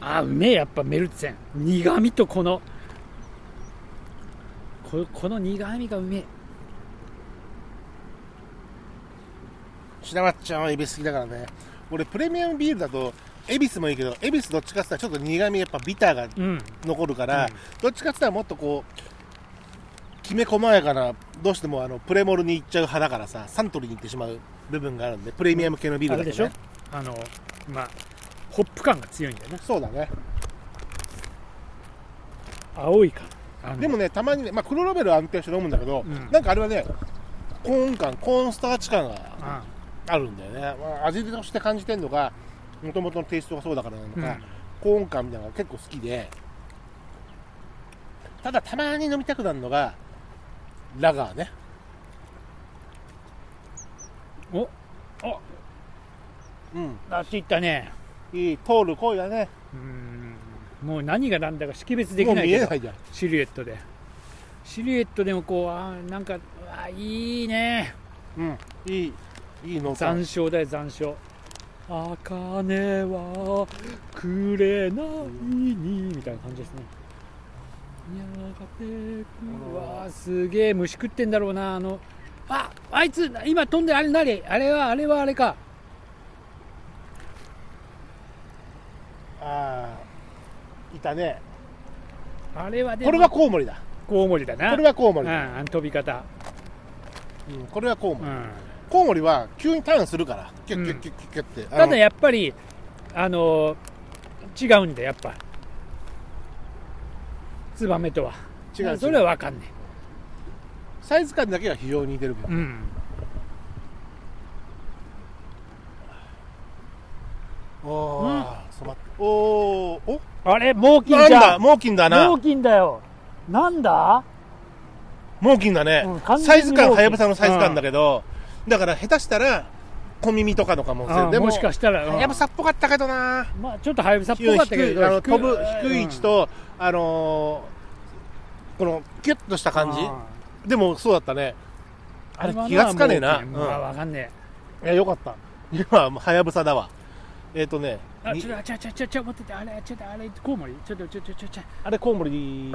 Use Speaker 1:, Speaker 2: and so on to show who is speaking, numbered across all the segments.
Speaker 1: やっぱメルツェン苦味とこのここの苦味がうめえ
Speaker 2: シナマッちゃんはエビ好きだからね俺プレミアムビールだとエビスもいいけどエビスどっちかって言ったらちょっと苦味やっぱビターが
Speaker 1: うん
Speaker 2: 残るから、
Speaker 1: うん
Speaker 2: どっちかって言ったらもっとこうきめ細やかなどうしてもあのプレモルに行っちゃう派だからさサントリーに行ってしまう部分があるんでプレミアム系のビー
Speaker 1: あ
Speaker 2: ルだ
Speaker 1: れ
Speaker 2: と
Speaker 1: でしょ
Speaker 2: ね
Speaker 1: あのまあホップ感が強いんだよね
Speaker 2: そうだね
Speaker 1: 青い感あの
Speaker 2: でもねたまにね、まあ、黒ラベルは安定して飲むんだけど、
Speaker 1: うん
Speaker 2: なんかあれはねコーン感コーンスターチ感
Speaker 1: う
Speaker 2: が
Speaker 1: ん
Speaker 2: あるんだよね、まあ味として感じてるのがもともとのテイストがそうだからなのか、
Speaker 1: うん
Speaker 2: コーン感みたいなのが結構好きでただたまに飲みたくなるのがラガーね
Speaker 1: おお
Speaker 2: うん
Speaker 1: なっていったね
Speaker 2: いい通る声だね
Speaker 1: うんもう何が何だか識別でき
Speaker 2: も
Speaker 1: な
Speaker 2: う
Speaker 1: い
Speaker 2: 見
Speaker 1: け
Speaker 2: え
Speaker 1: ど
Speaker 2: ないじゃん
Speaker 1: シルエットでシルエットでもこうあーなんかうわいいね
Speaker 2: うんいいいいのか
Speaker 1: 残照だよ残照あかねはくれないにみたいな感じですねやがてくわーすげえ虫食ってんだろうなあのああいつ今飛んであれ何あれはあれはあれか
Speaker 2: ああいたね
Speaker 1: あれはでも
Speaker 2: これはコウモリだ
Speaker 1: コウモリだな
Speaker 2: これはコウモ
Speaker 1: うん
Speaker 2: リだ、
Speaker 1: あの飛び方
Speaker 2: うん、これはコウモ
Speaker 1: う
Speaker 2: リ
Speaker 1: ん
Speaker 2: コウモリは急にターンするからキュッキュッキュッキュッキュッって、あ
Speaker 1: た
Speaker 2: の
Speaker 1: だやっぱりあの違うんだよやっぱツバメとは
Speaker 2: 違う違う
Speaker 1: それは分かんね
Speaker 2: サイズ感だけが非常に似てるけど
Speaker 1: え、うん、
Speaker 2: おー染まっておーお
Speaker 1: あれ猛
Speaker 2: な
Speaker 1: 禽
Speaker 2: ん
Speaker 1: じゃ
Speaker 2: だ
Speaker 1: ん
Speaker 2: 猛禽だな
Speaker 1: 猛禽だよなんだ
Speaker 2: 猛禽だね、
Speaker 1: うん完全に
Speaker 2: サイズ感
Speaker 1: 猛禽
Speaker 2: はやぶさのサイズ感だけど、だから下手したら小耳とかの可能
Speaker 1: あ
Speaker 2: 性でも
Speaker 1: もしかしたら、
Speaker 2: はやぶさっぽかったけどな
Speaker 1: うんまあ、ちょっとはやぶさっぽ
Speaker 2: 低い
Speaker 1: かったけど
Speaker 2: あの飛ぶ低い位置、と、あのーこのキュッとした
Speaker 1: うん
Speaker 2: 感じ
Speaker 1: うん
Speaker 2: でもそうだったねあれ
Speaker 1: 今のは
Speaker 2: 気がつかねえ
Speaker 1: 猛
Speaker 2: な、う
Speaker 1: 禽
Speaker 2: ん、
Speaker 1: まあ分かんね
Speaker 2: いやよかった今ははやぶさだわえっ、とね
Speaker 1: えあ
Speaker 2: に
Speaker 1: ちょっとちょちょちょちょ待っててあれちょっとあれコウモリちょっとちょちょちょちょ
Speaker 2: あれコウモリ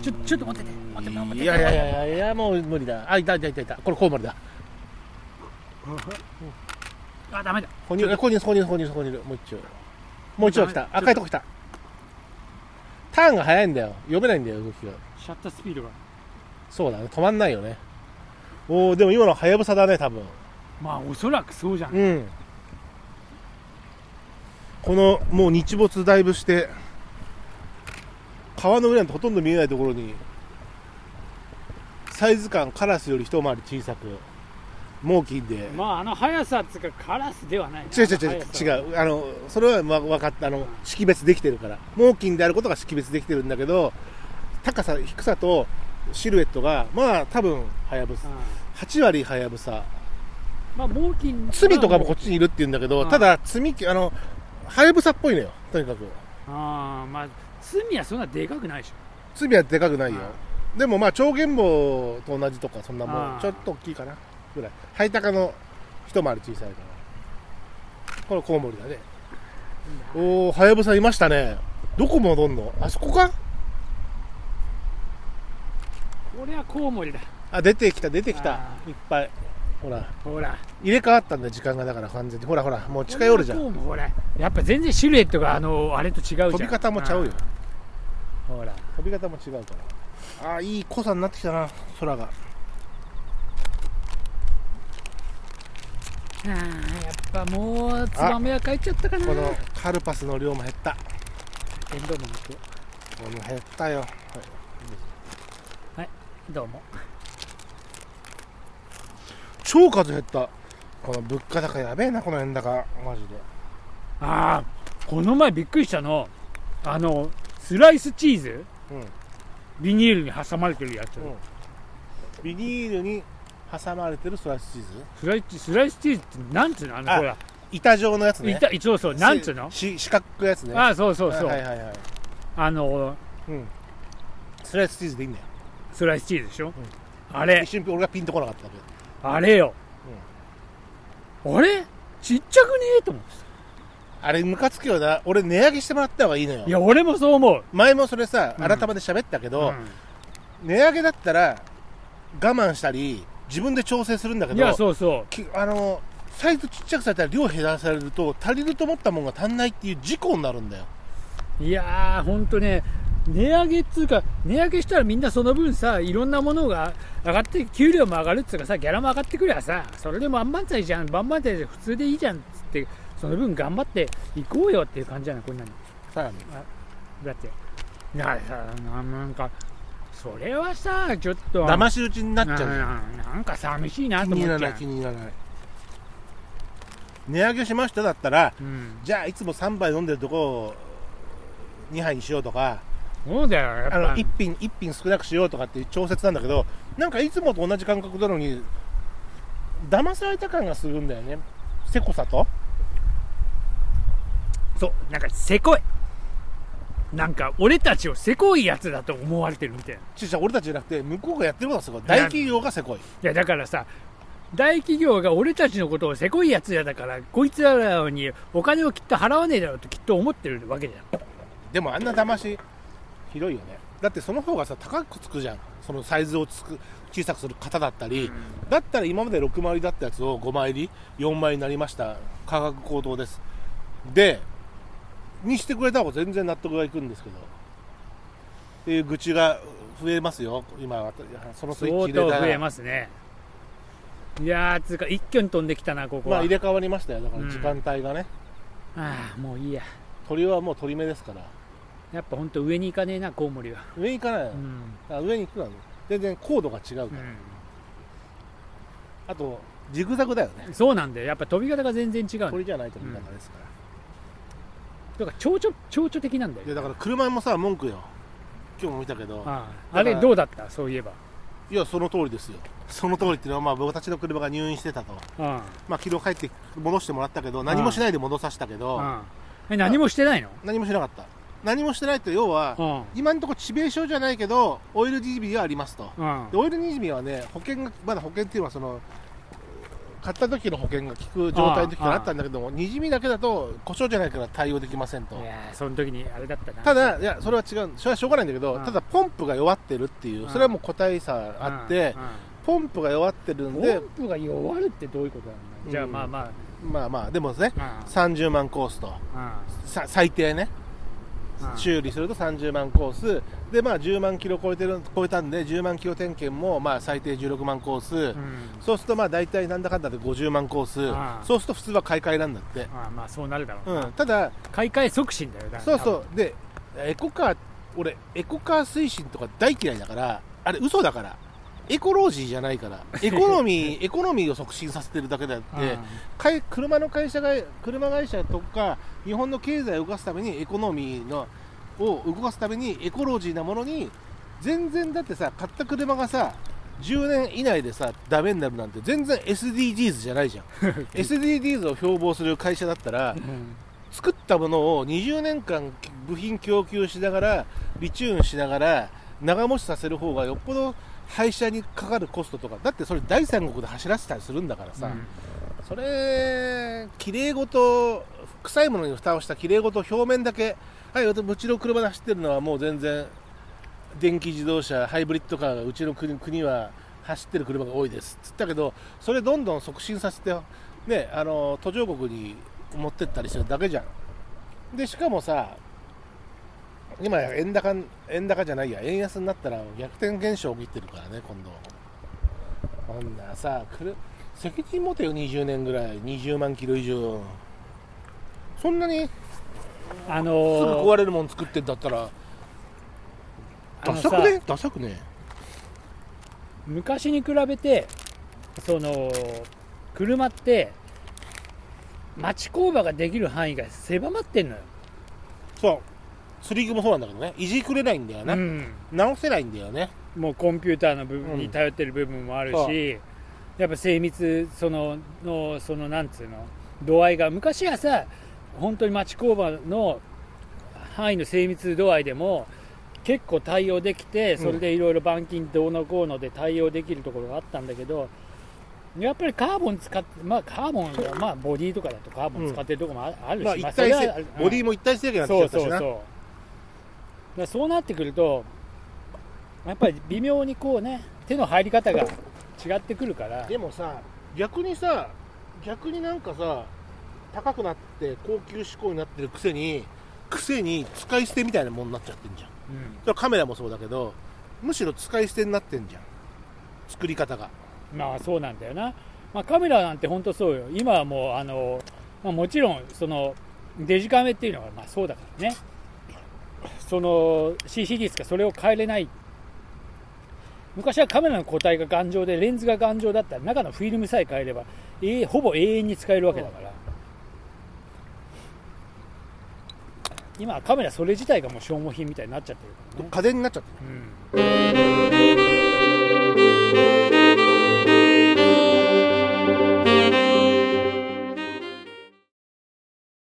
Speaker 1: ちょちょっと待ってて待って待って
Speaker 2: いやいやいやいやいやもう無理だあいたいたいたいたこれコウモリだ
Speaker 1: あダメだ
Speaker 2: ここにいるここにいるここにいるここにいるここにいるもう一丁もう一丁来
Speaker 1: ちょ
Speaker 2: た
Speaker 1: っと
Speaker 2: 赤いとこ来たターンが早いんだよ読めないんだよ動きが
Speaker 1: シャッタースピードが
Speaker 2: そうだね止まんないよねおおでも今のはやぶさだね多分
Speaker 1: まあおそらくそうじゃん
Speaker 2: うんこのもう日没だいぶして川の上なんてほとんど見えないところにサイズ感カラスより一回り小さく猛禽で、
Speaker 1: まああの速さっつうかカラスではない
Speaker 2: 違う違う違う
Speaker 1: う
Speaker 2: 違うあのそれはま分かったあの識別できてるから猛禽であることが識別できてるんだけど高さ低さとシルエットがまあ多分ハヤブサ8割ハヤブサ
Speaker 1: まあ猛禽
Speaker 2: 罪とかもこっちにいるって言うんだけど、
Speaker 1: うん
Speaker 2: ただ罪あのハヤブサっぽいのよとにかく
Speaker 1: ああまあ罪はそんなでかくないでしょ
Speaker 2: 罪はでかくないよ、でもまあ超弦棒と同じとかそんなもん、
Speaker 1: うん
Speaker 2: ちょっと大きいかなぐらいハイタカの一回り小さいからこれコウモリだねおおハヤブサいましたねどこ戻んのあそこか
Speaker 1: これはコウモリだ
Speaker 2: あ出てきた出てきた
Speaker 1: あ
Speaker 2: いっぱいほら
Speaker 1: ほら
Speaker 2: 入れ替わったんだよ時間がだから完全にほらほらもう近寄るじゃん
Speaker 1: これはコウモリほらやっぱ全然シルエットがあのあれと違うじゃん
Speaker 2: 飛び方もちゃうよ
Speaker 1: うんほら
Speaker 2: 飛び方も違うからあーいい濃さになってきたな空が
Speaker 1: ああやっぱもうツバメは帰っちゃったかな
Speaker 2: このカルパスの量も減った
Speaker 1: えどうも見て
Speaker 2: もう減ったよ
Speaker 1: どうも
Speaker 2: 超数減ったこの物価高やべえなこの円高マジで
Speaker 1: ああこの前びっくりしたのあのスライスチーズ、
Speaker 2: うん
Speaker 1: ビニールに挟まれてるやつ、
Speaker 2: うんビニールに挟まれてるスライスチーズ
Speaker 1: スライススライスチーズってなんつうのあの
Speaker 2: あ
Speaker 1: ほら、
Speaker 2: 板状のやつね
Speaker 1: いたそうそうなんつうの
Speaker 2: し四角いやつね
Speaker 1: ああそうそうそう、
Speaker 2: はいはいはい
Speaker 1: あの
Speaker 2: スライスチーズでいいんだよ
Speaker 1: スライスチーズでしょ、あれ
Speaker 2: 一瞬俺がピンとこなかったけど
Speaker 1: あれよ、あれちっちゃくねえと思って
Speaker 2: あれムカつくよな俺値上げしてもらった方がいいのよ
Speaker 1: いや俺もそう思う
Speaker 2: 前もそれさ
Speaker 1: うん
Speaker 2: 改めて喋ったけど、
Speaker 1: う
Speaker 2: 値上げだったら我慢したり自分で調整するんだけ
Speaker 1: んいや
Speaker 2: ど
Speaker 1: そうそ
Speaker 2: きあのサイズちっちゃくされたら量減らされると足りると思ったもんが足んないっていう事故になるんだよ
Speaker 1: ういやーほんとね値上げっつうか値上げしたらみんなその分さいろんなものが上がって給料も上がるっつうかさギャラも上がってくりゃさそれで万々歳じゃん万々歳じゃん普通でいいじゃんっつってその分頑張っていこうよっていう感じじゃないこんなに
Speaker 2: さらに
Speaker 1: だってなさななんかそれはさちょっと
Speaker 2: 騙し討ちになっちゃうじゃん
Speaker 1: ななんか寂しいな
Speaker 2: 気
Speaker 1: と
Speaker 2: に
Speaker 1: 思
Speaker 2: 入
Speaker 1: っちゃ
Speaker 2: らないう気に入らない値上げしましただったら
Speaker 1: うん、
Speaker 2: じゃあいつも3杯飲んでるとこを2杯にしようとか
Speaker 1: そうだよやっ
Speaker 2: あ
Speaker 1: ぱ
Speaker 2: の1品一品少なくしようとかっていう調節なんだけどなんかいつもと同じ感覚なのに騙された感がするんだよねせこさと
Speaker 1: そうなんかせこいなんか俺たちをせこいやつだと思われてるみたいない
Speaker 2: ちいちゃ俺たちじゃなくて向こうがやってることがすごい大企業がせこい
Speaker 1: やだからさ大企業が俺たちのことをせこいやつやだからこいつらにお金をきっと払わねえだろうときっと思ってるわけじゃ
Speaker 2: でもあんな騙しひどいよねだってその方がさ高くつくじゃんそのサイズをつく小さくする型だったり、
Speaker 1: ん、
Speaker 2: だったら今まで6枚入りだったやつを5枚入り4枚になりました価格高騰ですでにしてくれた方が全然納得がいくんですけどっていう愚痴が増えますよ今そのスイッ
Speaker 1: 相
Speaker 2: チ入
Speaker 1: 当
Speaker 2: れた
Speaker 1: 増え
Speaker 2: ら
Speaker 1: ますねいやーつうか一挙に飛んできたなここ
Speaker 2: ま
Speaker 1: は、
Speaker 2: あ入れ替わりましたよだから
Speaker 1: うん
Speaker 2: 時間帯がね、
Speaker 1: ああもういいや
Speaker 2: 鳥はもう鳥目ですから
Speaker 1: やっぱ本当上に行かねえなコウモリは
Speaker 2: 上に行かないの、
Speaker 1: うん、
Speaker 2: あ上に行くのは全然高度が違うから、あとジグザグだよね
Speaker 1: うんそうなんだよやっぱ飛び方が全然違う
Speaker 2: 鳥
Speaker 1: の
Speaker 2: じゃないと見方ですか
Speaker 1: だ
Speaker 2: ら、
Speaker 1: から蝶々蝶々的なんだ
Speaker 2: いや
Speaker 1: よ
Speaker 2: だから車もさ文句よ今日も見たけど
Speaker 1: ああ
Speaker 2: だ
Speaker 1: あ
Speaker 2: か
Speaker 1: れ
Speaker 2: ら
Speaker 1: どうだったそういえば
Speaker 2: いや、その通りですよ。その通りっていうのは、まあ、僕たちの車が入院してたと。
Speaker 1: あ
Speaker 2: まあ、昨日帰って戻してもらったけど、何もしないで戻させたけ
Speaker 1: あ
Speaker 2: ど、
Speaker 1: ああえ何もしてないの
Speaker 2: 何もしなかった。何もしてないって、要は、
Speaker 1: あ
Speaker 2: 今のところ致命傷じゃないけど、オイル DB はありますと。
Speaker 1: ああ
Speaker 2: でオイル DB はね、保険が、まだ保険っていうのは、その、買った時の保険が効く状態の時からあったんだけども、にじみだけだと、故障じゃないから対応できませんと
Speaker 1: あい。やーその時にあれだったな
Speaker 2: ただ、いや、それは違う、それはしょうがないんだけど、
Speaker 1: うん
Speaker 2: ただ、ポンプが弱ってるっていうう、
Speaker 1: ん
Speaker 2: それはもう個体差あって、ポンプが弱ってる
Speaker 1: うんん
Speaker 2: で
Speaker 1: ポ、ンプが弱るってどういうことなんだじゃあ
Speaker 2: うん
Speaker 1: まあまあ
Speaker 2: まあまあ、でもね、
Speaker 1: あ
Speaker 2: 30万コースと、
Speaker 1: あ
Speaker 2: さ最低ね、
Speaker 1: ああ
Speaker 2: 修理すると30万コース、で、まあ、10万キロ超えてる超えたんで、10万キロ点検も、まあ、最低16万コース、
Speaker 1: うん
Speaker 2: そうすると、まあ、大体なんだかんだで50万コース、
Speaker 1: ああ
Speaker 2: そうすると普通は買い替えなんだって、
Speaker 1: ああまあそうなるだろう
Speaker 2: う
Speaker 1: な、
Speaker 2: ん、ただ、
Speaker 1: 買い替え促進だよだから
Speaker 2: そうそう、で、エコカー、俺、エコカー推進とか大嫌いだから、あれ、嘘だから。エコロジーじゃないから、エコノミー、エコノミーを促進させてるだけであっ
Speaker 1: 多分
Speaker 2: て、かい車の会社が車会社とか日本の経済を動かすためにエコノミーのを動かすためにエコロジーなものに全然だってさ買った車がさ10年以内でさダメになるなんて全然 SDGs じゃないじゃん SDGs を標榜する会社だったら
Speaker 1: うん
Speaker 2: 作ったものを20年間部品供給しながらリチューンしながら長持ちさせる方がよっぽど廃車にかかるコストとかだってそれ第三国で走らせたりするんだからさ、
Speaker 1: うん
Speaker 2: それきれいごと臭いものに蓋をしたきれいごと表面だけはい私うちの車で走ってるのはもう全然電気自動車ハイブリッドカーがうちの国国は走ってる車が多いですっつったけどそれどんどん促進させてねあの途上国に持ってったりするだけじゃんでしかもさ今円高円高じゃないや円安になったら逆転現象起きてるからね今度こんなさくる責任持てよ20年ぐらい20万キロ以上そんなにす
Speaker 1: あ
Speaker 2: ぐ
Speaker 1: のー
Speaker 2: 壊れるもん作ってんだったら
Speaker 1: あ
Speaker 2: ダ
Speaker 1: の
Speaker 2: サ
Speaker 1: さ
Speaker 2: くねダサくね
Speaker 1: 昔に比べてその車って町工場ができる範囲が狭まってんのよ、
Speaker 2: そう釣り具もそうなんだけどねいじくれないんだよね、
Speaker 1: うん
Speaker 2: 直せないんだよね
Speaker 1: もうコンピューターの部
Speaker 2: う
Speaker 1: 分
Speaker 2: ん
Speaker 1: に頼ってる部分もある
Speaker 2: そう
Speaker 1: し、やっぱ精密そののそのなんつうの度合いが昔はさ本当に町工場の範囲の精密度合いでも結構対応できてそれでいろいろ板金どうのこうので対応できるところがあったんだけど、やっぱりカーボン使って、まあ、カーボンは、まあ、ボディとかだとカーボン使ってるとこもああるし、
Speaker 2: まあ一
Speaker 1: それ
Speaker 2: 体
Speaker 1: は
Speaker 2: 性ボディも一体性がなっ
Speaker 1: そ
Speaker 2: て
Speaker 1: う
Speaker 2: きちゃ
Speaker 1: そ
Speaker 2: っ
Speaker 1: うそうだ
Speaker 2: たし
Speaker 1: からそうなってくるとやっぱり微妙にこうね手の入り方が違ってくるから
Speaker 2: なでもさ逆にさ逆になんかさ高くなって高級志向になってるくせにくせに使い捨てみたいなものになっちゃってんじゃん
Speaker 1: うん
Speaker 2: それはカメラもそうだけどむしろ使い捨てになってんじゃん作り方が
Speaker 1: まあそうなんだよな、まあ、カメラなんて本当そうよ今はもうあの、まあ、もちろんそのデジカメっていうのがまあそうだからねその CC ディスクはそれを変えれない昔はカメラの個体が頑丈でレンズが頑丈だったら中のフィルムさえ変えれば、えーほぼ永遠に使えるわけだから、今はカメラそれ自体がもう消耗品みたいになっちゃってるからね、
Speaker 2: 家電になっちゃってる
Speaker 1: うん